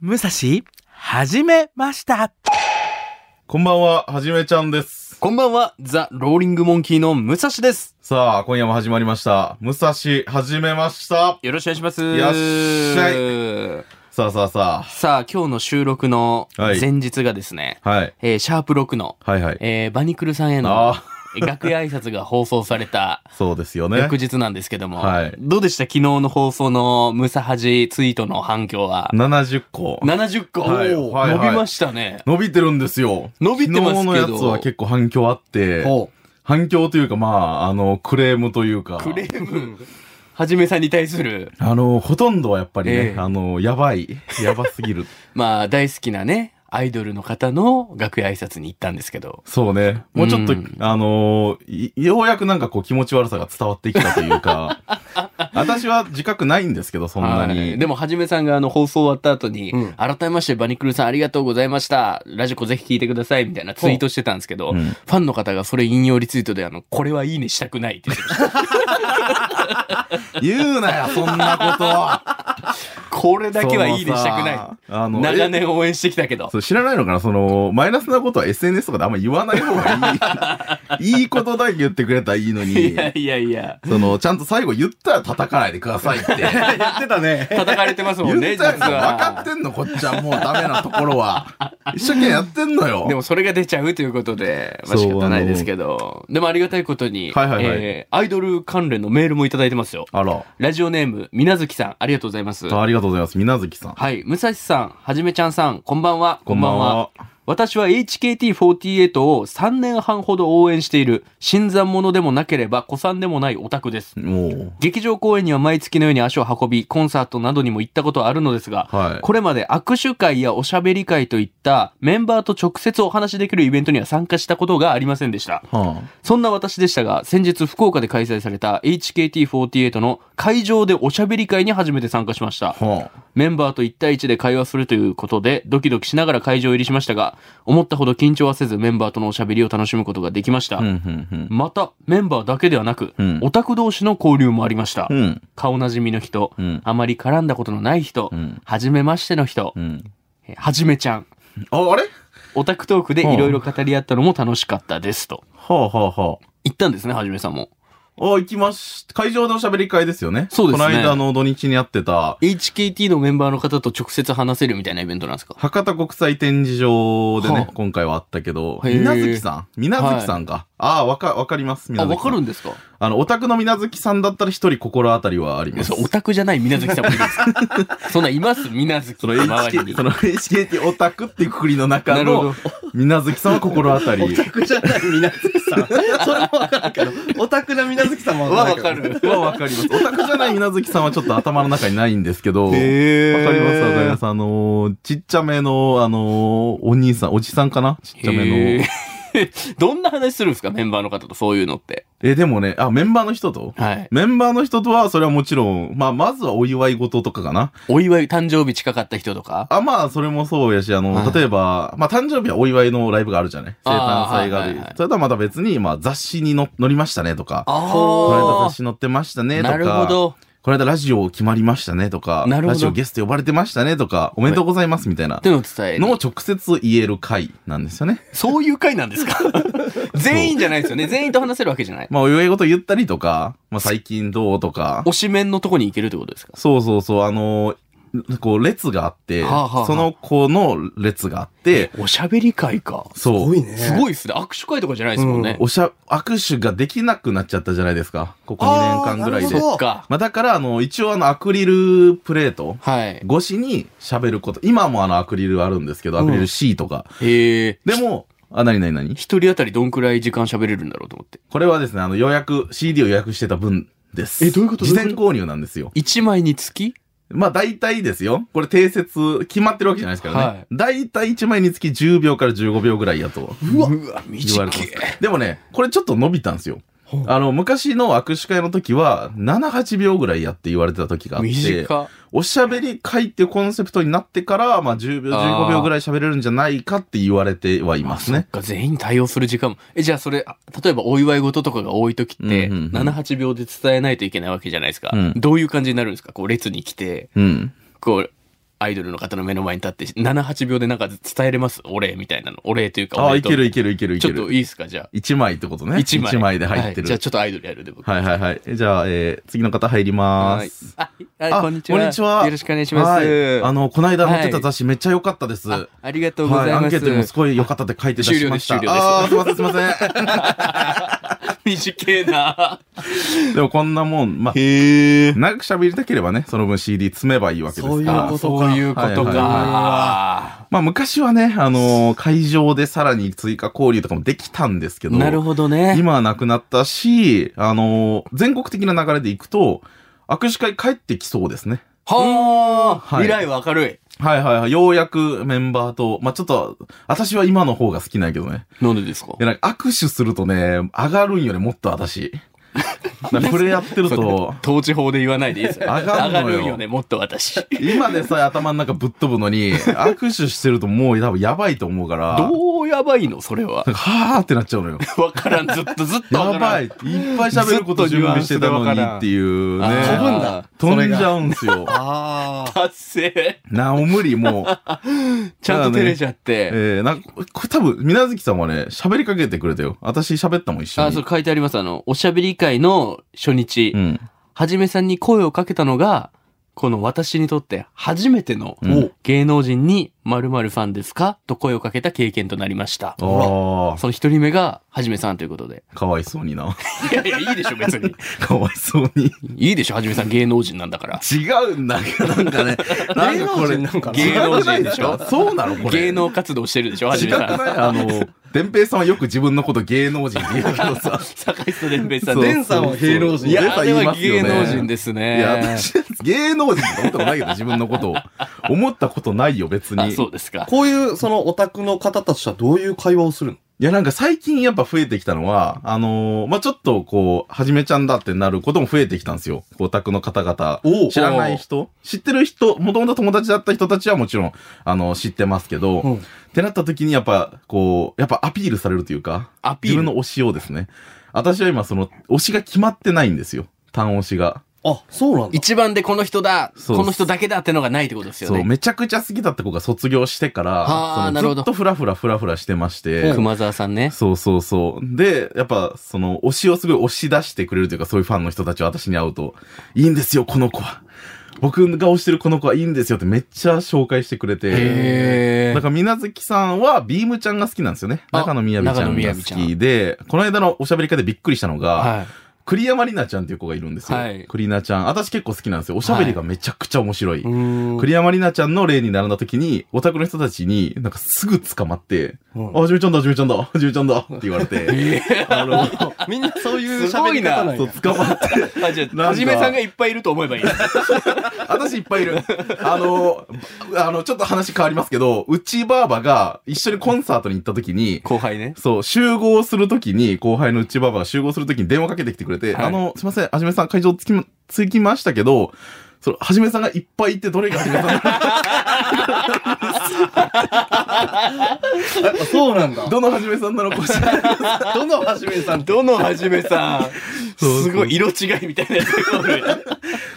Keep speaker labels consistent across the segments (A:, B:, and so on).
A: 武蔵、始めました。
B: こんばんは、はじめちゃんです。
C: こんばんは、ザ・ローリング・モンキーの武蔵です。
B: さあ、今夜も始まりました。武蔵、はじめました。
C: よろしくお願いします。
B: よっしゃ
C: い。
B: さあさあさ
C: さあ、今日の収録の
B: はい
C: 前日がですね、
B: あ。はい。
C: えーシャープ6の、
B: はいはい。
C: えーバニクルさんへの
B: あ
C: 楽屋挨拶が放送された
B: あ、そうですよね。
C: 翌日なんですけども、
B: はい
C: どうでした昨日の放送のムサハジツイートの反響は。
B: 70個。
C: 70個、
B: はい
C: おー
B: はいはい
C: 伸びましたね。
B: 伸びてるんですよ。
C: 伸びてますけど
B: 昨日のやつは結構反響あって、
C: ほ
B: 反響というか、まあ、あの、クレームというか、
C: クレーム。はじめさんに対する、
B: あの、ほとんどはやっぱりね
C: え、え
B: あの、やばい、やばす ぎる。
C: まあ大好きなね、アイドルの方の楽屋挨拶に行ったんですけど、
B: そうね。もうちょっと、
C: うん
B: あのーいようやくなんかこう気持ち悪さが伝わってきたとい うか、私は自覚ないんですけど、そんなに。
C: はいでもはじめさんがあの放送終わった後に、
A: うん
C: 改めましてバニクルさんありがとうございましたラジコぜひ聞いてくださいみたいなツイートしてたんですけど、
B: うん
C: ファンの方がそれ引用リツイートであのこれはいいねしたくないって言ってました
B: 言うなよ、そんな こと。
C: これだけはいいねしたく
B: その
C: な
B: さあ
C: い
B: の、
C: 長
B: え
C: 年応援してきたけど
B: そう知らないのかなその、マイナスなことは SNS とかであんま言わない方がい い。いいことだけ言ってくれたらいいの
C: い
B: に、
C: やいやいや
B: その、ちゃんと最後言ったら叩かないでください って。
A: やってたね。
C: 叩かれてますもん
B: 言
C: ね
B: っ
C: 実
B: たら分かっ
C: は
B: てんの、こっちはもうダメなところは。一生懸命やってんのよ。
C: でもそれが出ちゃうということで、まあ、
B: そう
C: 仕方ないですけどでもありがたいことに、
B: はいはいはい
C: えーアイドル関連のメールもいただいてますよ
B: あら。
C: ラジオネームみなずきさんありがとうございます
B: ありがとうございます。みなずきさん。
C: はい。武蔵さん、はじめちゃんさん、こんばんは。
B: こんばんは。
C: 私は HKT48 を3年半ほど応援している、新参者でもなければ、古参でもないオタクです。
B: もう。
C: 劇場公演には毎月のように足を運び、コンサートなどにも行ったことはあるのですが、
B: はい
C: これまで握手会やおしゃべり会といったメンバーと直接お話しできるイベントには参加したことがありませんでした。
B: は
C: そんな私でしたが、先日福岡で開催された HKT48 の会場でおしゃべり会に初めて参加しました
B: あ。。は
C: メンバーと1対1で会話するということで、ドキドキしながら会場入りしましたが、思ったほど緊張はせずメンバーとのおしゃべりを楽しむことができました。
B: あ。うん、うん、
C: また、メンバーだけではなく、
B: うん
C: オタク同士の交流もありました。
B: うん。うん。
C: 顔なじみの人、
B: うん
C: あまり絡んだことのない人、
B: うん。
C: はじめましての人
B: う、ん。
C: えはじめちゃん、
B: あ、あれ
C: オタクトークでいろいろ語り合ったのも楽しかったですと。
B: はあ、はあ、は
C: 言ったんですね、はじめさんも。
B: あ。あ、行きまし、会場でおしゃべり会ですよね。
C: そうですね
B: この間の土日にやってた、
C: HKT のメンバーの方と直接話せるみたいなイベントなんですか
B: 博多国際展示場でね、
C: はあ
B: 今回はあったけど、
C: へえ
B: みなずきさんみなずきさんか。ああ、わか、わかります、み
C: あ、
B: なず
C: わ
B: きさ
C: か
B: ん。
C: るんですか
B: あの、オタクのみなずきさんだったら一人心当たりはあり
C: い
B: ま
C: や
B: す
C: そ。れオタクじゃない水無月さんもいるんです かそんなんいます水無月さ
B: その
C: ん周り
B: HKT、
C: に
B: そ。の HKT オタクっていうくくりの中
C: なるほ
B: の
C: ど、
B: みなずきさんは心当たり。
A: クじゃない、みなず きさん。それもわかるけど、オタクなみなずきさんも
C: はわか。る。
B: はわかります。オタクじゃないみなずきさんはちょっと頭の中にないんですけど、わかり
C: え
B: ますわかります。あのーちっちゃめの、あのーお兄さん、おじさんかなちっちゃめの。
C: どんな話するんですかメンバーの方とそういうのって。
B: え、でもね、あ、メンバーの人と
C: はい。
B: メンバーの人とは、それはもちろん、まあ、まずはお祝い事とかかな。
C: お祝い、誕生日近かった人とか
B: あ、まあ、それもそうやし、あの、
C: はい
B: 例えば、まあ、誕生日はお祝いのライブがあるじゃない生
C: あ
B: 誕
C: ー
B: 祭がある。
C: はいはいはい
B: それとはまた別に、まあ、雑誌にの載りましたねとか、この間雑
C: あ
B: 誌載ってましたね
C: ー。
B: とか、
C: なるほど。
B: この間ラジオ決まりましたねとか、
C: なるほど
B: ラジオゲスト呼ばれてましたねとか、おめでとうございますみたいな
C: っていうのを伝える
B: のを直接言える回なんですよね。
C: そういう回なんですか 全員じゃないですよね。全員と話せるわけじゃない。
B: まあ、お祝い事言ったりとか、まあ、最近どうとか、
C: 推しメンのとこに行けるってことですか
B: そうそうそう、あのーこう、列があって、
C: はあはあ
B: その子の列があって、
C: おしゃべり会か。
A: す
B: そ
A: ご
B: う。
A: いね。
C: すごいっすね。握手会とかじゃないですもんね。
B: おしゃ、握手ができなくなっちゃったじゃないですか。ここ2年間ぐらい
A: あーなる
B: で
A: ほ。ど
C: そっか。
B: まあ、だから、あの、一応あの、アクリルプレート
C: はい。
B: 越しに喋ること。今もあの、アクリルあるんですけど、アクリル C とか。
C: へえ。
B: でも、あ、なになになに
C: 一人当たりどんくらい時間喋れるんだろうと思って。
B: これはですね、あの、予約、CD を予約してた分です。
C: えどういうこと
B: 事前購入なんですよ。
C: 一枚につき
B: まあ、大体ですよ。これ、定説、決まってるわけじゃないですからね。
C: はい
B: 大体1枚につき10秒から15秒ぐらいやと
C: うわ、短
B: 言われてます。でもね、これちょっと伸びたんですよ
A: ほう。
B: あの、昔の握手会の時は、7、8秒ぐらいやって言われてた時があって、
C: 短。
B: おしゃべり会っていうコンセプトになってから、まあ、10秒、
C: あ
B: 15
C: ー
B: 秒ぐらい喋れるんじゃないかって言われてはいますね。
C: が全員対応する時間も。え、じゃあそれ、あ例えばお祝い事とかが多い時って、
B: うんうんうん
C: 7、8秒で伝えないといけないわけじゃないですか。
B: うん
C: どういう感じになるんですかこう列に来て、
B: うん。
C: こう、アイドルの方の目の前に立って、7、8秒でなんか伝えれますお礼みたいなの。お礼というか、
B: あ
C: お
B: あ、
C: 礼
B: い
C: と
B: けるいけるいけるいけ
C: ちょ
B: る。
C: っといいですか、じゃあ。
B: 1枚ってこと
C: 1
B: ね。
C: 枚。
B: 一枚で入って
C: はい
B: る。
C: じゃあちょっとアイドルやるで、僕。
B: はいはいはい。えじゃあ、えー次の方入りま
C: は
B: ー
C: い
B: す。
C: あ、あ
B: あ
C: こんにちは。
B: こんにちは
C: よろしくお願いします。
B: はいあ
C: あ
B: の、こないだ載ってた雑誌めっちゃ良かったです。はい。
C: ありがとうござい
B: ア
C: ま
B: ンケ
C: す。
B: ートにもすごい良かったって書いて出しました。
C: 終了です
B: ああー、すいませんすいません。
C: 短えな。
B: でもこんなもん、まあ、
C: へえ。
B: 長く喋りたければね、その分 CD 詰めばいいわけです
A: そうい
B: か
A: う
B: ら
A: こ。と
C: そういうこと
B: はいはい
C: か。
B: まあ昔はね、あのー会場でさらに追加交流とかもできたんですけど、
C: なるほどね。
B: 今はなくなったし、あのー全国的な流れでいくと、握手会帰ってきそうですね。
C: はあ、
B: はい
C: 未来は明るい。
B: はいはいはい。ようやくメンバーと、まあちょっと、私は今の方が好きなんやけどね。
C: なんでですか
B: いやなんか握手するとね、上がるんよね、もっ と私。なんかこれやってると、
C: 統治法で言わないでいいですよ。
B: 上がるのよ
C: 上よね、もっと私。
B: 今でさえ頭の中ぶっ飛ぶのに、握手してるともう多分やばいと思うから、
C: どうやばいのそれは。
B: なんかはーってなっちゃうのよ。
C: わからん、ずっとずっとわか
B: や
C: ら
B: ば
C: ん。
B: いいっぱい喋ること準備してたのにっていうね。
C: ずっとニュアンスでわからんあ
B: 飛んじゃ
A: う。
B: うんすよ。
A: ああ。
C: 達成。
B: なお無 理もう。
C: ちゃんと照れちゃって。
B: えー、なんか、これ多分、みなずきさんはね、喋りかけてくれたよ。私喋ったもん一緒に。
C: あ、そう書いてあります。あの、おしゃべり会の初日
B: う。ん。
C: はじめさんに声をかけたのが、この私にとって初めての
B: うん
C: 芸能人に〇〇さんですかと声をかけた経験となりました。
B: あ
C: その一人目がはじめさんということで。
B: あ、かわいそうにな。
C: いやいや、いい でしょ、別に。
B: かわいそうに。
C: いいでしょ、はじめさん芸能人なんだから。
B: 違うんだけど、なんかね。なん
A: 芸
B: か
A: 能
B: これ
A: 人、なんかな
C: 芸能人でしょ
B: 違くないすかそうなのこれ。
C: 芸能活動してるでしょ、はじ
B: 違
C: め
B: く
C: さ
B: ない
C: ん。
B: あの、伝平さんはよく自分のこと芸能人って言うけどさ。
C: 坂井戸伝平さん
B: そう
C: で
A: デ
C: す。
A: ンさんは芸能人。
C: いや、あれ
B: 言い
C: は
B: ますよ
C: 芸
B: ね
C: 能人です
B: い
C: ね。
B: や、私、芸能人って思ったことないけど、自分のことを。思ったことないよ、別
C: あ、
B: に。
C: そうですか。
A: こういう、そのオタクの方たちとはどういう会話をするの
B: いや、なんか最近やっぱ増えてきたのは、あのーまあ、ちょっとこう、はじめちゃんだってなることも増えてきたんですよ。オタクの方々。
A: おう
B: 知らない人知ってる人、もともと友達だった人たちはもちろん、あの、知ってますけど、
A: うん
B: ってなった時にやっぱ、こう、やっぱアピールされるというか、
C: アピ
B: 自
C: ー
B: 分
C: ル。
B: の推しをですね。私は今その、推しが決まってないんですよ。単推しが。
A: あ、そうなんだ。
C: 一番でこの人だ、
B: そう
C: この人だけだってのがないってことですよ
B: そう、
C: ね。
B: めちゃくちゃ好きだった子が卒業してから、
C: はあ
B: その
C: なるほど
B: ずっとフラフラフラフラしてまして、
C: 熊沢さんね。
B: そうそうそう。で、やっぱ、その、推しをすごい押し出してくれるというか、そういうファンの人たちは私に会うと、いいんですよ、この子は。僕が推してるこの子はいいんですよってめっちゃ紹介してくれて。
C: へ
B: だ
C: ー
B: から、みなずきさんは、ビームちゃんが好きなんですよね。
C: あ
B: 中野みやびちゃんが好
C: 中野みやびち
B: きで、この間のおしゃべり会でびっくりしたのが、
C: はい。
B: 栗山里奈ちゃんっていう子がいるんですよ。
C: はい
B: 栗奈ちゃん。私結構好きなんですよ。おしゃべりがめちゃくちゃ面白い。
A: うん。
B: 栗山里奈ちゃんの例に並んだ時に、オタクの人たちに、なんかすぐ捕まって、あ、はじめちゃんだ、はじめちゃんだ、 はじめちゃんだって言われて、あの、
A: みんなそういう喋り方なん
B: そ
A: や
B: う、。捕まって、
C: あ、じゃ
B: なん
C: あ、
B: か
C: はじめさんがいっぱいいると思えばいい。
B: 私いっぱいいる。あの、あの、ちょっと話変わりますけど、うちばあばが一緒にコンサートに行った時に、
C: 後輩ね。
B: そう、集合するときに、後輩のうちばばが集合するときに電話かけてきてくれて、
C: はい
B: あの、すいません、はじめさん会場つきま、つきましたけど、その、はじめさんがいっぱいいて、どれがはじめさんな
A: あそうなんだ
B: の。どのはじめさんなのかしらない。
A: どのはじめさんと
C: どのはじめさん、
B: そう
C: すごい色違いみたいなやつがおる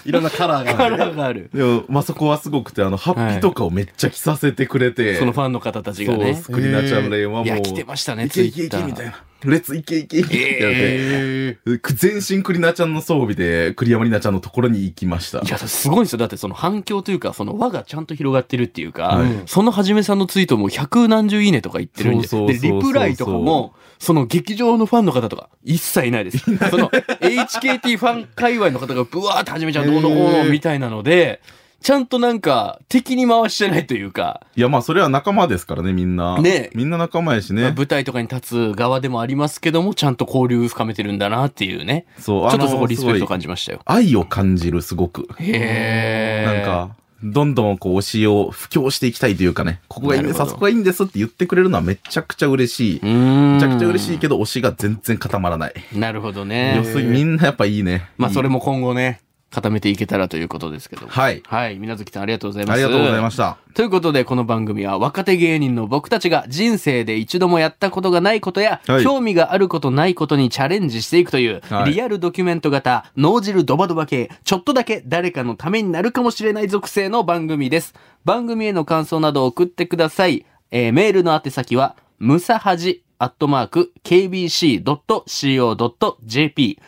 A: いろんなカラーが
C: カ
A: ある。
C: ラーがある。
B: でも、まあ、そこはすごくて、あの、ハッピーとかをめっちゃ着させてくれて、
C: そのファンの方たち
B: そ
C: が
B: う、
C: ね。
B: スクリーナーちゃんの例はもう、
C: いや、来てましたね、
B: い
C: ツ
B: け
C: イ
B: いけ
C: ッ
B: い
C: タ
B: け
C: ー。
B: みたいな。列いけいけいけってやって。
C: え
B: 全身栗菜ちゃんの装備で栗山里奈ちゃんのところに行きました
C: い。や、すごいんですよ。だってその反響というか、その輪がちゃんと広がってるっていうか、
B: はい
C: そのはじめさんのツイートも百何十いいねとか言ってるんで、
B: そうそうそうそう
C: で、リプライとかも、その劇場のファンの方とか、一切いないです。その HKT ファン界隈の方がブワーってはじめちゃんどうのこうのみたいなので、ちゃんとなんか敵に回してないというか、
B: いや、まあ、それは仲間ですからね、みんな。
C: ね
B: みんな仲間やし
C: まあ
B: ね。
C: 舞台とかに立つ側でもありますけども、ちゃんと交流深めてるんだなっていうね。
B: そう、
C: ちょっと
B: あの
C: そこリスペクト感
B: す
C: じましたよ。
B: ごい愛を感じる、すごく。
C: へー。
B: なんか、どんどんこう、推しを布教していきたいというかね、ここがいいんです、
C: な
B: あ
C: るほど。
B: そこがいいんですって言ってくれるのはめちゃくちゃ嬉しいう
C: ーん、
B: めちゃくちゃ嬉しいけど、推しが全然固まらない。
C: なるほど
B: 良
C: ね。
B: すぎ、みんなやっぱいいね。
C: まあそれ
B: も。
C: も今後ね、固めていけたらということですけども。
B: はい。
C: はい。水無月さんありがとうございます。
B: ありがとうございました。
C: ということで、この番組は若手芸人の僕たちが人生で一度もやったことがないことや、
B: はい
C: 興味があることないことにチャレンジしていくという、
B: はい
C: リアルドキュメント型、脳汁ドバドバ系、ちょっとだけ誰かのためになるかもしれない属性の番組です。番組への感想などを送ってください。えーメールの宛先は、ムサハジアットマーク kbc.co.jp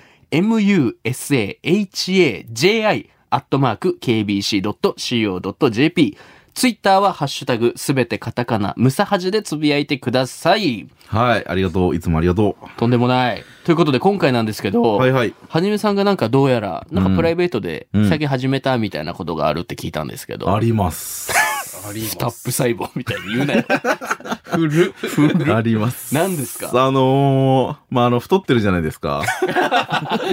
C: musahaji アットマーク kbc.co.jp ツイッターはハッシュタグすべてカタカナムサハジでつぶやいてください
B: はい。ありがとう。いつもありがと
C: とんでもないということで今回なんですけ
B: う。
C: ど、
B: は
C: はい
B: はい。
C: じめさんがなんかどうやらなんかプライベートで
B: うん
C: 最近始めたみたいなことがあるって聞いたんですけど、
B: あり ます。
A: あり
C: スタップ細胞みたいに言うなよ古
B: あ
C: 古
B: ります。
C: 何ですか
B: あのー、まあ、あの、太ってるじゃないですか。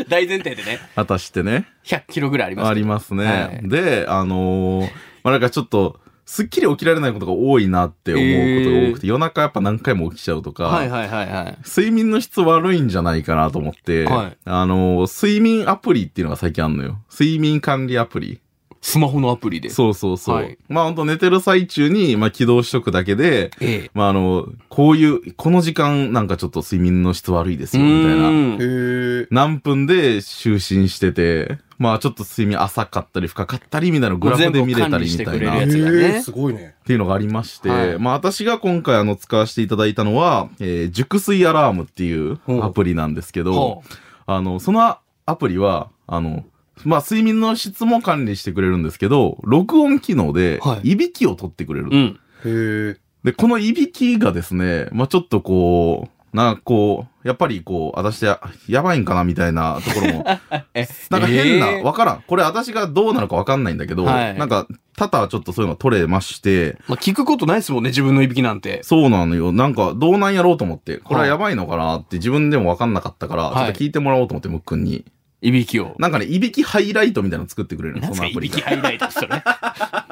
C: 大前提でね
B: 私ってね。
C: 100キロぐらいあります
B: ありますね。
C: はい
B: で、あのーまあ、なんかちょっと、すっきり起きられないことが多いなって思うことが多くて、夜中やっぱ何回も起きちゃうとか、
C: はいはいはいはい
B: 睡眠の質悪いんじゃないかなと思って、
C: はい
B: あのー睡眠アプリっていうのが最近あるのよ。睡眠管理アプリ。
C: スマホのアプリで
B: そうそうそう。
C: はい
B: まあ、ほんと寝てる最中に、まあ、起動しとくだけで、
C: ええ
B: まあ、あの、こういう、この時間なんかちょっと睡眠の質悪いですよ、みた
C: み
B: いな。
A: へー
B: 何分で就寝してて、まあちょっと睡眠浅かったり深かったりみたいなグラフで見れた
C: 全部管
B: りみたい
C: 理してくれ
B: な
C: る
B: っ
C: やつがね
A: へーすごいね。
B: ていうのがありまして、
C: はい
B: まあ私が今回あの使わせていただいたのは、えー熟睡アラームっていう
A: ほう
B: アプリなんですけ
C: たいな
B: ど、あの、そのアプリは、あの、まあ睡眠の質も管理してくれるんですけど、録音機能で
C: は、い
B: いびきを取ってくれる。
C: うん
A: へー
B: で、このいびきがですね、まあちょっとこう、なんかこう、やっぱりこう、私や、やばいんかなみたいなところも
C: え
B: なんか変な、
C: えー
B: わからん。これ私がどうなのかわかんないんだけど、
C: はい
B: なんか、多々ちょっとそういうの取れまして、
C: まあ、聞くことないですもんね、自分のいびきなんて。
B: そうなのよ。なんか、どうなんやろうと思って、これはやばいのかなって自分でもわかんなかったから、
C: はい
B: ちょっと聞いてもらおうと思って、ムックンに。
C: いびきを。
B: なんかね、いびきハイライトみたいなの作ってくれるの、
C: 何す
B: そ
C: か、
B: のア
C: い
B: プリ
C: び
B: が
C: き。ハイライト それ。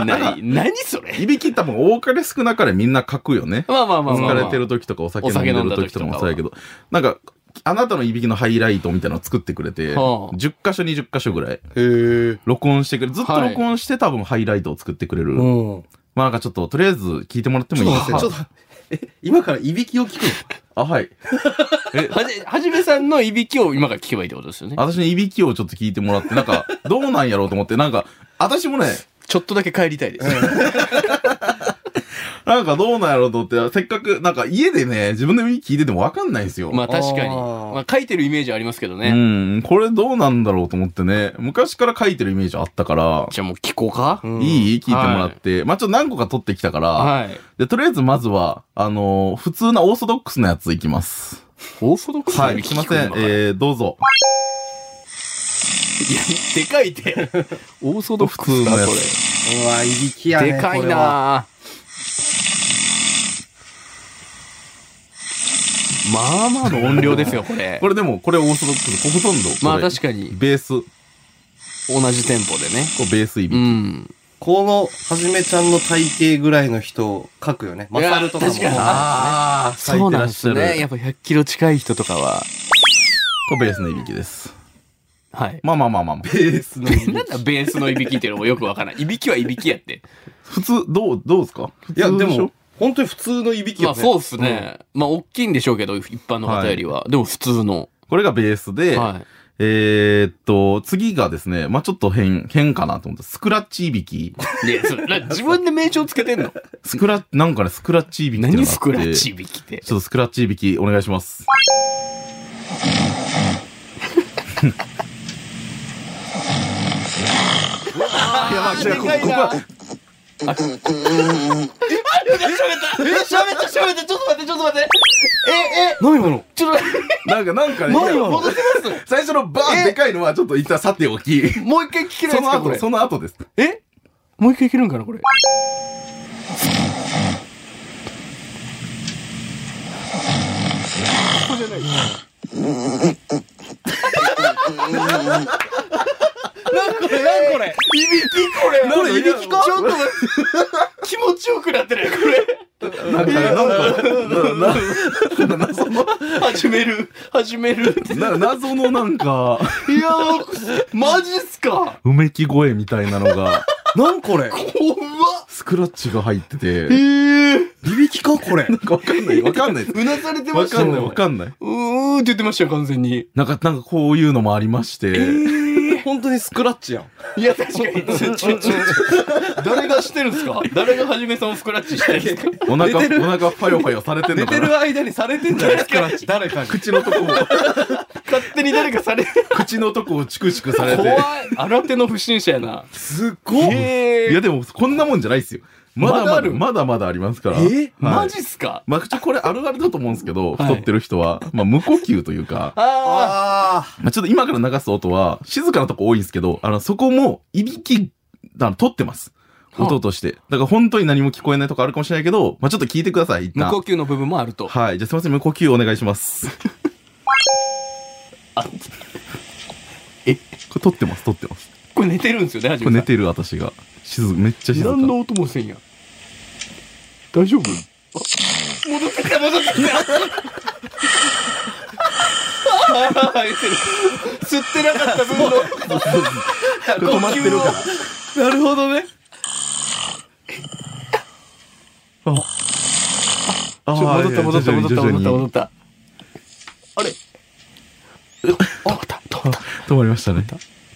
C: なに、何それ
B: いびき多分多かれ少なかれみんな書くよね。
C: まあまあまあまあ、
B: 疲
C: まあ。
B: れてる時とかお酒飲んでる時とかもそうやけど、なんか、あなたのいびきのハイライトみたいなのを作ってくれて、
C: はあ
B: 10箇所20箇所ぐらい
A: へー
B: 録音してくれる。ずっと録音して多分ハイライトを作ってくれる。
A: うん。
B: まあなんかちょっと、とりあえず聞いてもらってもいいです
A: ちょっ
B: か
A: と待って、え、今からいびきを聞くの
B: あ、はい。え、
C: はじ、はじめさんのいびきを今から聞けばいいってことですよね。
B: 私のいびきをちょっと聞いてもらって、なんか、どうなんやろうと思って、なんか、私もね、
C: ちょっとだけ帰りたいです。
B: なんかどうなんやろうと思って、せっかく、なんか家でね、自分の耳聞いててもわかんないんですよ。
C: まあ確かに。
A: あー
C: まあ書いてるイメージありますけど
B: う
C: ね。
B: ん、これどうなんだろうと思ってね、昔から書いてるイメージあったから、
C: じゃあもう聞こうか。
A: うん
B: いい聞いてもらって、まあちょっと何個か取ってきたから、
C: はい。
B: で、とりあえずまずは、あのー普通なオーソドックスなやついきます。
C: オーソドックスな
B: は
C: び
B: い、
C: き
B: すいません
C: 聞、くのか
B: えー、どうぞ。
C: でかいて。 オーソドックスだ、
B: 普通のや
C: こ
A: うわ、いびきや
C: れ。
A: ね。
C: でかい
A: これ
C: な
A: は。
C: まあまあの音量ですよ、 これ。
B: これでも、これオーソドックス、これほとんどこれ。
C: まあ確かに、
B: ベース、
C: 同じテンポでね。
B: こうベースいび
C: う
B: き。
C: ん。
A: この、はじめちゃんの体型ぐらいの人、書くよね。マサルとかも。
C: いや確かに
B: ああ、
C: そうなんですね。やっぱ100キロ近い人とかは。
B: これベースのいびきです。
C: はい。
B: まあまあまあまあまあ。
A: ベース のいびき。い
C: なんだベースのいびきっていうのもよくわからない。いびきはいびきやって。
B: 普通、どう、どうですか
A: や、
B: 普
A: で
B: 通しょ
A: も、本当に普通のいびき
C: ま
A: よ
C: あ
A: ね。
C: そうっすね。まあ大きいんでしょうけど、一般の方よりは。でも普通の。
B: これがベースで、
C: は
B: えーっと、次がですね、まあちょっと変、変かなと思って、スクラッチいびき。
C: い。で、それな自分で名称つけてんの
B: ス クラッ、なんかね、スクラッチいびきっていうの
C: 何
B: があっ
C: ス
B: て
C: クラッチいびきって。
B: ちょっとスクラッチいびきお願いします。いや、まあ、違うここここは、
C: え、喋った喋ったちょっと待ってちょっと待ってえ、え、
A: 何今の
C: ちょっと
B: なんか、なんかね、
A: 何
B: いや
A: を
C: 戻しま
B: 最初のバーンでかいのはちょっと一旦さておき、
C: すもう一回聞けないで
B: そ
C: す
B: の
C: かこ
B: 後、
C: れ。
B: その後です。
C: えもう一回いけるんかなこれ。
A: これ、何これ
C: いびきこれ
B: これいびきか
C: ちょっと待って気持ちよくなってないこれ
B: なんか、なんか、な、な、な、その、
C: は 始める始めるって
B: なんか謎のなんか、
C: いやーマジっすか
B: うめき声みたいなのが、
A: なんこれ
C: 怖っ
B: スクラッチが入ってて、
C: えー、
A: ビビきかこれ
B: なんかわかんない、わかんないです。
C: うなされてま
B: わ
C: したね
B: かんない、わかんない。
C: うーんって言ってましたよ完全に
B: なんか、なんかこういうのもありまして、
A: 本当にスクラッチやん。
C: いや確かにちょちょちょ誰がしてるんですか誰がはじめさんをスクラッチしてるんですか
B: お腹、
A: 寝て
B: お腹パヨパヨされてん
A: 寝
B: の
A: て
B: かな
A: る間にされてんじゃない
C: 誰かに
B: 口のとこも、
C: 勝手に誰かされ
B: 口のとこをチクチクされ
C: 怖い
B: て。
C: 新手の不審者やな
A: すごっ
C: へ
B: いやでも、こんなもんじゃないですよ。ま
C: ま
B: だ
C: だあ
B: まだ、
C: る
B: まだまだありますから。
A: えー
B: はい
C: マジっすか
B: まあ、ちょこれあるあるだと思うんですけど、
C: はい
B: 太ってる人は、まあ、無呼吸というか、
C: あ
A: あ
B: まあ、ちょっと今から流す音は、静かなとこ多いんですけど、あの、そこも、いびき、あの、取ってます。
C: はあ
B: 音として。だから本当に何も聞こえないとこあるかもしれないけど、まあ、ちょっと聞いてください、一
C: 無
B: 旦
C: 呼。吸の部分もあると
B: はい。じゃあすいません、無呼吸お願いし ます。えこれ撮ってます、撮ってます。
C: これ寝てるんですよねはじ
B: これ
C: め
B: 寝
C: さん
B: てる私が。静か、めっちゃ静か。
C: 何の音もせんやん大丈夫戻ってきた戻ってきたあー言ってる吸ってなかった分の
B: これ止まってるから。
A: あ。なるほどね。
B: あ
C: ちょ戻った戻った戻った戻った戻
B: っ
C: った。あれ止まった止まった。
B: た。止まりましたね。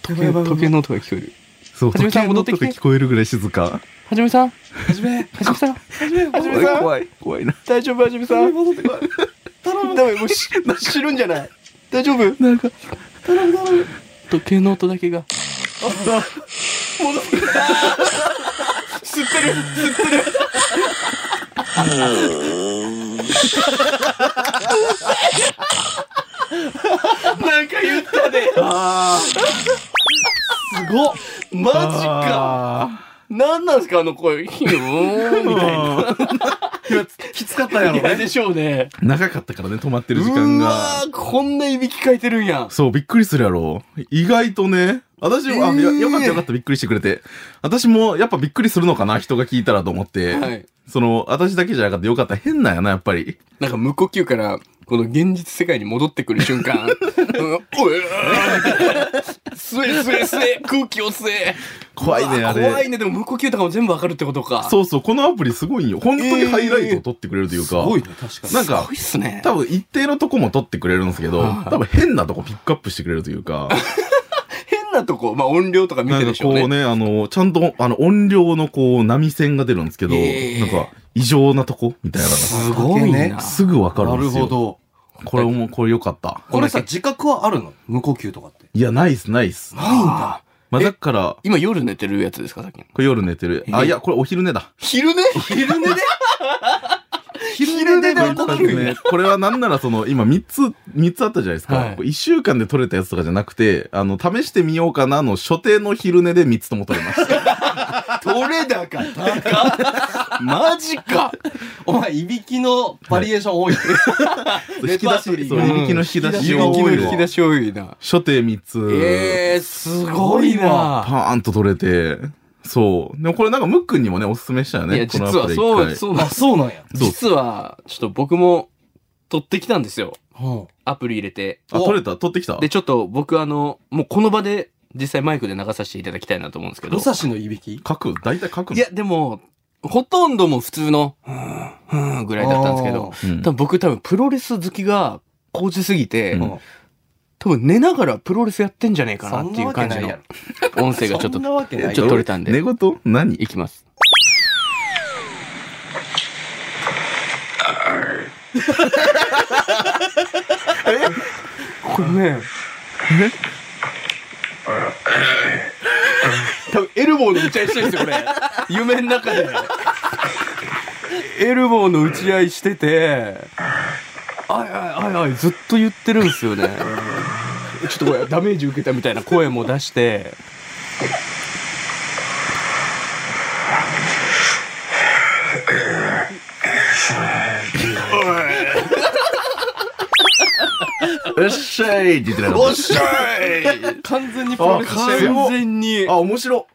C: 時計時計の音が聞こえる。
B: そう、
C: はじめ
B: 時
C: さん
B: 計の
C: 戻
B: 音が
C: ってきて
B: 聞こえるぐらい静か。
C: はじめさんは
A: はじめ、は
C: じめさんは
A: じめ、は
C: じ
A: じ
C: め
A: め
C: さん
A: さん。
B: 怖い、怖いな。
C: 大丈夫はじめさん
A: 戻ってこい。頼む、
C: ダメもうし知るんじゃない大丈夫
B: なんか、
A: 頼む、頼む。
C: 時計の音だけが。戻ってきた吸ってる吸ってるなんか言ったで
B: あ
A: すごっ。
C: マジ
B: ー
C: かなんなんすかあの 声。ヒューンみたいな。
A: いや、きつかったんやろ
C: いや
A: ね。
C: でしょうね。
B: 長かったからね、止まってる時間
C: うわ
B: が。
C: ーこんないびきかいてるんや。
B: そう、びっくりするやろ。意外とね。私も、あ、
C: えー
B: よよかったよかった、びっくりしてくれて。私も、やっぱびっくりするのかな、人が聞いたらと思って。
C: はい。
B: その、私だけじゃなかったよかった。変なんやな、やっぱり。
C: なんか無呼吸から、この現実世界に戻ってくる瞬間。うんおい吸え吸え吸え空気を吸え
B: 怖いね、
C: うわ
B: あれ。
C: 怖いね。でも無呼吸とかも全部わかるってことか。
B: そうそう、このアプリすごいんよ。本当にハイライトを撮ってくれるというか。
A: ね、確か
B: なん
C: す
B: か
C: ごい、っすね。
B: 多分一定のとこも撮ってくれるんですけど、
C: はい
B: 多分変なとこピックアップしてくれるというか、
C: 変なとこ、まあ音量 とか見
B: な
C: て
B: ん
C: で
B: か
C: しょ
B: こ
C: うね。
B: うね、あの、ちゃんと、あの、音量のこう、波線が出るんですけど、
C: えー
B: なんか、異常なとこみたいなのが。
C: すごい
A: ね
C: な。
B: すぐわかるん
A: な
B: で
A: る
B: すよ。
A: ほど。
B: これも、これ良かった。
A: これさ、自覚はあるの無呼吸とかって。
B: いや、ナイス、ナイス。
A: ないんだ。
B: まあ、だから、
C: 今夜寝てるやつですか、さっきの。
B: これ夜寝てる。あ、
C: え
B: いや、これお昼寝だ。
C: 昼寝
A: 昼寝で
C: 昼寝
A: 昼寝
C: で
A: で
C: 起こ
A: 起
C: る
A: こ
C: んや
A: る
B: ね、これはなんならその、今3つ、三つあったじゃないですか。
C: はい
B: これ一1週間で取れたやつとかじゃなくて、あの、試してみようかなの、所定の昼寝で3つとも取れました。
C: 取れ高高マジか
A: お前、いびきのバリエーション多いね。
B: そう引き出し、そう、いび
A: レパートリーが
B: きの引き出
C: いびき
B: し
A: うん
B: 多い
C: の
B: わ
C: 引き出し多いな。
B: 所定3つ。
C: えー、すごい
B: パ
C: な。
B: ーンと取れて、そう。でもこれなんか、ムックンにもね、おすすめしたよね。
C: いや、
B: こ
C: 実
B: のア
C: は
B: プリ
C: そう、そう
B: 一回
C: なん
A: あ、そうなんや。
B: どう
C: 実は、ちょっと僕も、取ってきたんですよ。
A: は
C: アプリ入れて。
B: あ、取れた取ってきた
C: で、ちょっと僕あの、もうこの場で、実際マイクで流させていただきたいなと思うんですけ
A: あ
C: ど
A: 武。蔵のいびき
B: 書く大体書くの
C: いや、でも、ほとんどもう普通の、うーん、うーんぐらいだったんですけど。。
B: うん
C: 多分僕多分プロレス好きが、高じすぎて、
B: うん
C: 多分寝ながらプロレスやってんじゃねえか
A: あー
C: な
A: そ
C: っ
A: ん
C: てい
A: な
C: う
A: わけ
C: 感じ
A: ない
C: の
A: やろ。
C: 音声がちょっ
A: そ
C: と
A: んなわけないやろ
C: ちょっと取れたんで
B: 寝言何
C: いき ます。これね。多分エルボーの打ち合いしてるんですよ、こ れ。夢の中で。エルボーの打ち合いしてて、あいあいあいあい、ずっと言ってるんですよね。ちょっとこれ、ダメージ受けたみたいな声も出して。
B: よっしゃいって言ってないの
C: おっしゃい
A: 完全にプロレスしてる
B: あ
A: よ。
C: 完全に、
B: あ、面白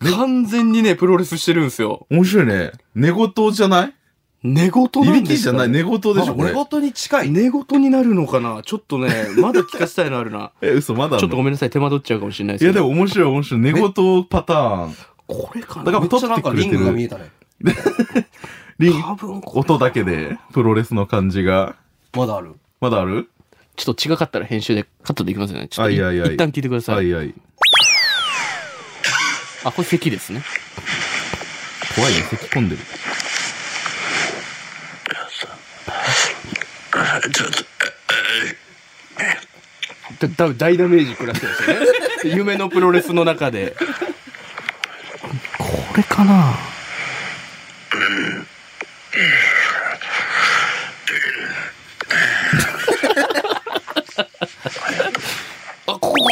C: 完全にね、プロレスしてるんですよ。
B: 面白いね。寝言じゃない
C: 寝言
B: い
C: な
B: び
C: んで
B: きじ
C: す
B: ゃ
C: か
B: ない、
C: ね
B: 寝言でしょ、これ。
A: 寝言に近い。
C: 寝言になるのかなちょっとね、まだ聞かせたいのあるな。
B: え、嘘、まだあ
C: ちょっ
B: ん
C: と
B: の
C: ごめんなさい、手間取っちゃうかもしれないですけ
B: いや、
C: ど。
B: でも面白い、面白い。寝言パターン。
C: これかな
B: だから
A: めっちゃなんかリングが見えたね。
B: リン
C: 多分こ
B: 音だけで、プロレスの感じが。
A: まだある。
B: まだある
C: ちょっと違かったら編集でカットできますよね。ちょっとい
B: あいやいやいや
C: 一旦聞いてください。
B: はいはい。
C: あ、これ咳ですね。
B: 怖いね、咳き込んでる。
C: だ多分大ダメージ食らってますよね。 夢のプロレスの中で。これか なあ、ここ、ここ、こ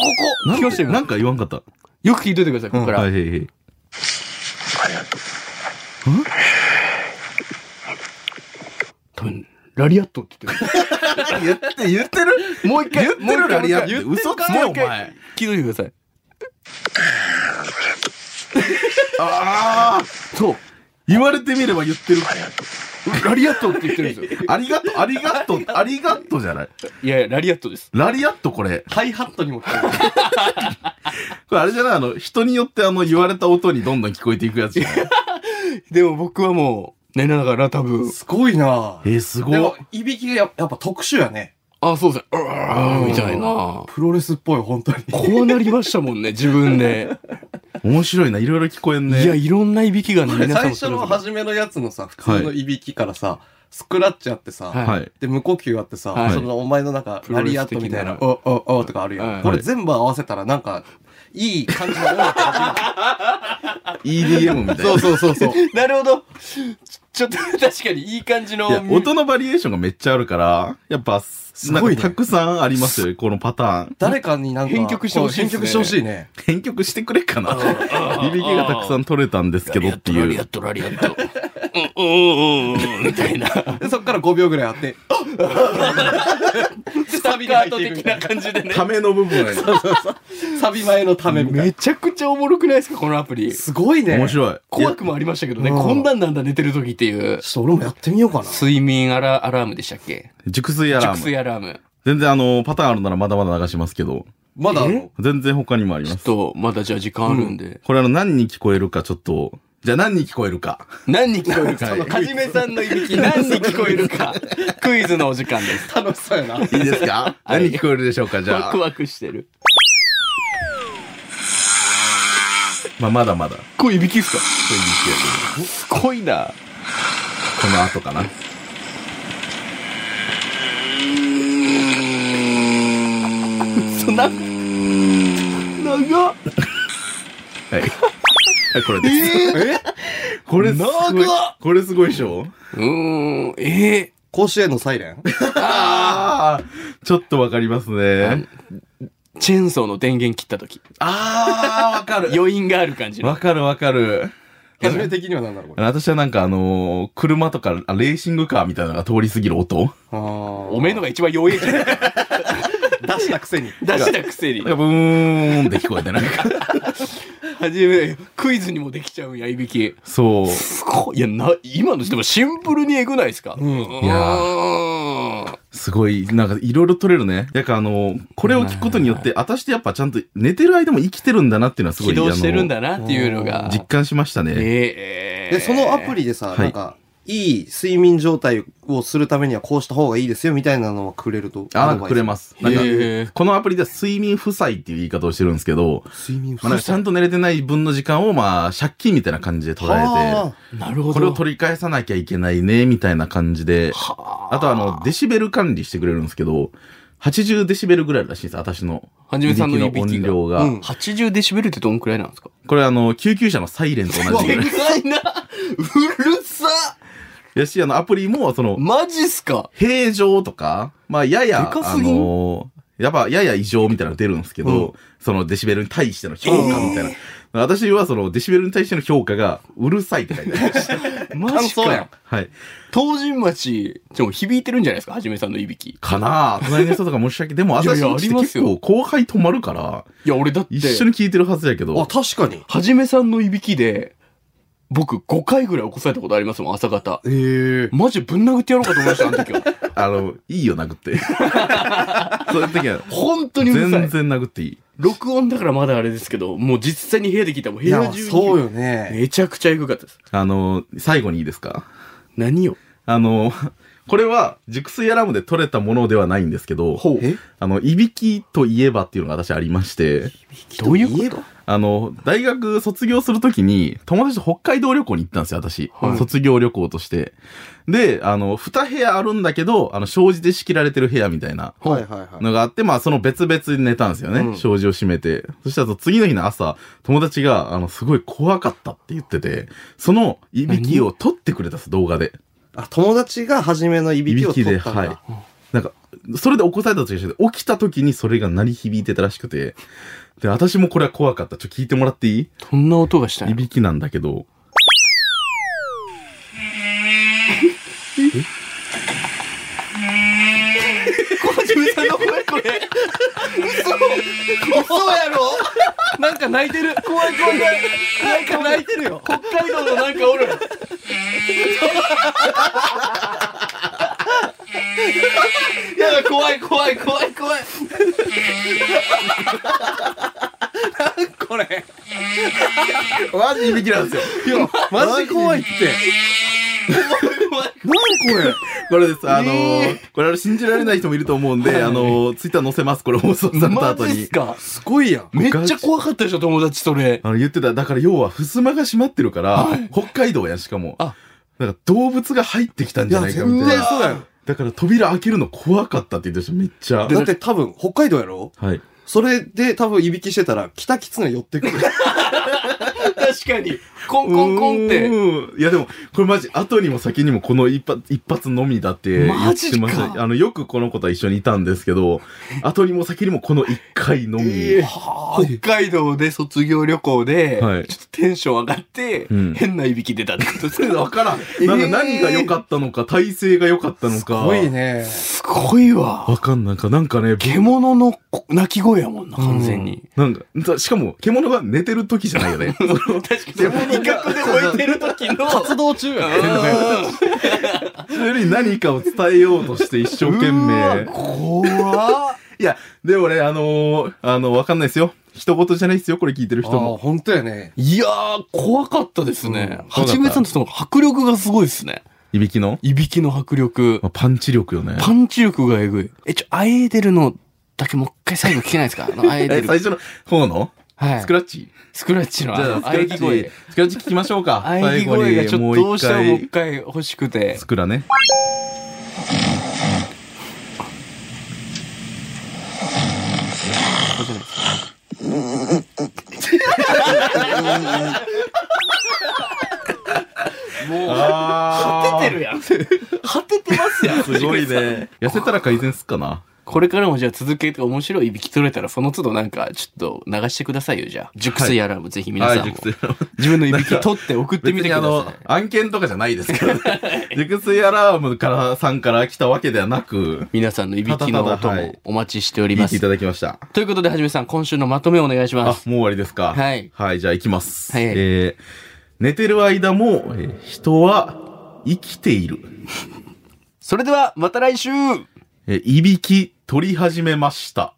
C: こ。聞きましたよ。
B: なんか言わんかった。
C: よく聞いといてください、ここから。
B: はいはいはい。
C: 多分、ラリアットって言ってる。
B: 言って、言ってる
C: もう一回、
B: 言ってる
C: もう一回
B: ラリアット
C: もう一回
B: 嘘つけ
C: もう一回
B: お前
C: 聞いといてください。
B: ああ
C: そう。
B: 言われてみれば言ってる。
C: ラリアットって言ってるんですよ。
B: ありがとう、ありがとう、ありがとうじゃない。
C: いやいや、ラリアットです。
B: ラリアットこれ。
A: ハイハットにも近い。
B: これあれじゃないあの、人によってあの、言われた音にどんどん聞こえていくやつじゃない
C: でも僕はもう、寝ながら多分。
A: すごいな
B: えー、すご
A: で
B: い
A: も。、いびきがややっぱ特殊やね。
C: あ、そうですね。うわーみたいな。
A: プロレスっぽい、本当に。
C: こうなりましたもんね、自分で。
B: 面白いな、いろいろ聞こえんね。
C: いや、いろんないびきがね、 皆さん
A: 最
C: もす
A: 初
C: るんですよ
A: の初めのやつのさ、普通のいびきからさ、スクラッチあってさ、
C: はい
B: はい。
A: で、無呼吸あってさ、
C: はい
A: そのお前のなんか、
C: プロ
A: ラ
C: レ
A: リア
C: ス
A: ッ
C: 的
A: ト
C: な
A: みたいな、おおおとかあるやん、
C: はい
A: これ全部合わせたらな んか、いい感じの音楽が
B: EDM みたいな。
A: そうそうそうそう。
C: なるほど。ちょっと、確かにいい感じの
B: いや、音のバリエーションがめっちゃあるから、やっぱ、なん
A: ごい
B: か
A: ね
B: たくさんありますよね、このパターン。
A: 誰かになんか、
C: 編曲してほしいっすね
A: こう編曲してほしいね。
B: 編曲してくれっかな。いびきがたくさん取れたんですけどって
C: ラ
B: い
C: リアッ
B: う。
C: ト、ラリアット。うん、うん、うん、うん、みたいな。
A: で、そっから5秒ぐらい あって、
C: サビカート的な感じでね。
B: ための部分がね
A: サビ前のためみたい
C: めちゃくちゃおもろくないですか、このアプリ
A: な。。すごいね。
B: 面
A: い。
B: 白い。
C: 怖くもありましたけどね、
A: うん
C: こんなんなんだ、寝てる時っていう
A: ちょ。っと俺もやってみようかな。
C: 睡眠アラアラームでしたっけ
B: 熟睡アラ
C: 熟
B: ーム。
C: 睡アラーム。
B: 全然あの、パターンあるならまだまだ流しますけど、
A: まだあるの
C: え
B: 全然他にもあり
C: ちょ
B: ま
C: っ
B: す。
C: と、まだじゃあ時間あるんで。
B: これあの、何に聞こえるかちょっと、じゃあ何に聞こえるか。
C: 何に聞こえるか。
B: は い
C: そのはじめさんのいびき、何に聞こえる か。クイズのお時間です。
A: 楽しそうやな。
B: いいですか
C: はい
B: 何聞こえるでしょうかじ
C: ワ
B: ゃあ
C: ク。ワクしてる。
B: まあ、まだまだ。こ
C: これいびきですか
B: ういう意
C: すごいな。
B: 識やけどこの後かな。
C: そんな、長っ。
B: はい。はい、これです。
A: え
B: これすご
C: 長
B: い
C: っ。
B: これすごいでしょ
C: うーん、え
A: 甲子園のサイレン
B: ああちょっとわかりますね。
C: ー、チェーンソーの電源切った時。
B: ああわか。
C: 余韻がある感じの。
B: わかるわかる。
A: 初め的には何だろう、これ。
B: 私はなんかあのー車とか、あレーシングカーみたいなのが通り過ぎる音
C: お
A: お
C: めえのが一番弱いじゃん。
A: 出したくせに。
C: 出したくせに。
B: がブーンって聞こえてなんか。
C: はじめ、クイズにもできちゃうんや、いびき。
B: そう。
C: すごい。いや、な、今のでもシンプルにエグないですか
A: うん
B: いや
C: ーん
B: すごい、なんかいろいろ取れるね。やっぱあのーこれを聞くことによって、私ってやっぱちゃんと寝てる間も生きてるんだなっていうのはすご
C: 起
B: い、
C: 動してるん
B: あ
C: だなっていうのが
B: の。実感しましたね。
C: ええ
A: で、そのアプリで
B: は
A: さ、
B: い
A: なんか、いい睡眠状態をするためにはこうした方がいいですよみたいなのをくれると。
B: あ、なんかくれ
A: ま
B: ます。なんか
C: へー
B: このアプリでは睡眠負債っていう言い方をしてるんですけど、
A: す。睡眠
B: まあ、なんかちゃんと寝れてない分の時間を、まあ、借金みたいな感じで捉えて、
C: なるほど。
B: これを取り返さなきゃいけないね、みたいな感じで、
C: は
B: あとあの、デシベル管理してくれるんですけど、80デシベルぐらいらしいんです、私の。
C: はじめさんのい
B: い
C: び
B: びき
C: きが。
B: 音量が。
A: うん
C: 80デシベルってどんくらいなんですか
B: これあの、救急車のサイレンと同じぐらい。
C: さいなうるさ
B: やし、あの、アプリも、その、
C: マジっすか
B: 平常とか、まあ、やや、
C: でか
B: あ
C: すぎん
B: の、やっぱ、やや異常みたいなの出るんですけど、そのデシベルに対しての評価みたいな。私はそのデシベルに対しての評価が、うるさいって書いてありました。
C: マジ
A: 感想や
C: か
A: ん。
B: はい。
C: 東神町、でも響いてるんじゃないですかはじめさんのいびき。い
B: かなあ隣の人とか申し訳。でも、
C: いやい
B: 私
C: や
B: の家
C: あ
B: って
C: ります
B: 結
C: よ
B: 構後輩止まるから、
C: や、俺だって、
B: 一緒に聞いてるはずやけ
A: あ、
B: ど、
A: 確かに。
C: はじめさんのいびきで、僕5回ぐらい起こされたことありますもん、朝方。
A: ええー。
C: マジぶん殴ってやろうかと思いました、あの時は。
B: あの、いいよ、殴って。そういう時は、
C: 本当にうる
B: 全
C: さ
B: 然
C: い。
B: 殴っていい。
C: 録音だからまだあれですけど、もう実際に部屋で聞いたらもう
A: い
C: 部屋
A: や、
C: 中に。
A: そうよね。
C: めちゃくちゃエグかったです。
B: あの、最後にいいですか
C: 何よ。
B: あの、これは、熟睡アラームで取れたものではないんですけど、
C: ほう。
A: え
B: あの、いびきといえばっていうのが私ありまして、
C: どういうこと
B: あの、大学卒業するときに、友達と北海道旅行に行ったんですよ、私。
C: はい
B: 卒業旅行として。で、あの、二部屋あるんだけど、あの、障子で仕切られてる部屋みたいな
A: はいはいはい。
B: のがあって、まあ、その別々に寝たんですよね。
A: うん
B: 障子を閉めて。そしたら、次の日の朝、友達が、あの、すごい怖かったって言ってて、その、いびきを撮ってくれたんです、動画で。
A: あ、友達が初めのいびきを取
B: で、
A: ったんだ。
B: はい。なんか、それで起こされたとき起きた時にそれが鳴り響いてたらしくて、で、私もこれは怖かった。ちょ、聞いてもらっていい
C: そんな音がした
B: い
C: い。
B: びきなんだけど。
C: 小島さんの声これ。嘘嘘やろなんか泣いてる。怖い怖い怖い。なんか泣いてるよ。 北海道のなんかおる。 やだ怖い怖い怖い怖い。なんこれ。
B: マジいびきなんですよ。
A: いや、マジ怖いって。
C: 怖い
A: 何これ
B: これです。あのーこれあれ信じられない人もいると思うんで、あのーツイッター載せます。これ放送された
C: マ
B: 後
C: ジっ
B: に
C: す。か。
A: すごいやん。
C: めっちゃ怖かったでしょ友達それ。
B: あの、言ってた。だから要は、襖が閉まってるから、北海道やん、しかも。
C: あ
B: なんか動物が入ってきたん
A: い
B: じゃ
A: や、
B: ないか
A: 全
B: みたい
A: 然
B: な。
A: そうやん。
B: だから扉開けるの怖かったって言ってました、めっちゃ。
A: だって多分、北海道やろ
B: はい。
A: それで多分いびきしてたら、北キツネ寄 ってくる。
C: 確かに。コンコンコンって。
B: うん。いやでも、これマジ、後にも先にもこの一発、一発のみだって言
C: マ
B: っ
C: ジ
B: てまし
C: か
B: た。あの、よくこの子とは一緒にいたんですけど、後にも先にもこの一回のみ。
A: え
C: はあ北海道で卒業旅行で、
B: はい
C: ちょっとテンション上がって、
B: うん
C: 変ないびき出たってことですね。
B: わからん。なんか何が良かったのか、体勢が良かったの
A: す
B: か。
A: ごいね。
C: すごいわ。
B: わかんないか、なんかね、
C: 獣のこ鳴き声やもんな、完全に。
B: なんか、だしかも、獣が寝てる時じゃない よね。
C: 確かに、威嚇で吠えてる時の。
A: 活動中や ん。
C: う
B: それより何かを伝えようとして一生懸
C: わ
B: 命。
C: 怖っ
B: いや、でもね、あのー、あの、わかんないですよ。一言じゃないですよ、これ聞いてる
A: あ
B: 人も
A: あ、。ほんとやね。
C: いやー、怖かったですね
B: う。ん
C: はじめさんってその迫力がすごいですね。
B: いびきの、
C: いびきの迫力
B: ま。あ、パンチ力よね。
C: パンチ力がえぐい。え、ちょ、アエーデルのだけもう一回最後聞けないですかあ の、アエーデ
B: え、
C: ル。
B: 最初の方の
C: はい
B: スク。ラッチ、
C: スクラッチの
B: じゃ
C: あ
B: あ、スク
C: の、
B: ラ
C: 喘
B: ッ
C: ぎ
B: チ、
C: 声。
B: スクラッチ聞きましょうか。
C: 喘ぎ声がちょっとどうしてももう一回欲しくて
B: ス。クラね。
C: もう、果
B: あ
C: ててるやん。果ててますやん。
B: すごいね。痩せたら改善すっかな。
C: これからもじゃあ続けて面白いいびき取れたら、その都度なんか、ちょっと流してくださいよ、じゃあ。熟睡アラーム、ぜひ皆さんも。
B: 熟睡。
C: 自分のいびき取って送ってみてくだ
B: 別
C: さ
B: にあの、案件とかじゃないですけ ど、ね、熟睡アラームから、さんから来たわけではなく
C: い。、皆さんのいびきの
B: ただた
C: 音
B: だは
C: も
B: い
C: お待ちしており
B: 聞
C: ま
B: いて
C: す
B: い。ただきました。
C: ということで、はじめさん、今週のまとめをお願いし
B: あ、
C: ま
B: もう
C: す。
B: 終わりですか。
C: はい
B: はい、じゃあ行きます。
C: はい
B: えー、寝てる間も、えー人は生きている。
C: それでは、また来週
B: えーいびき取り始めました。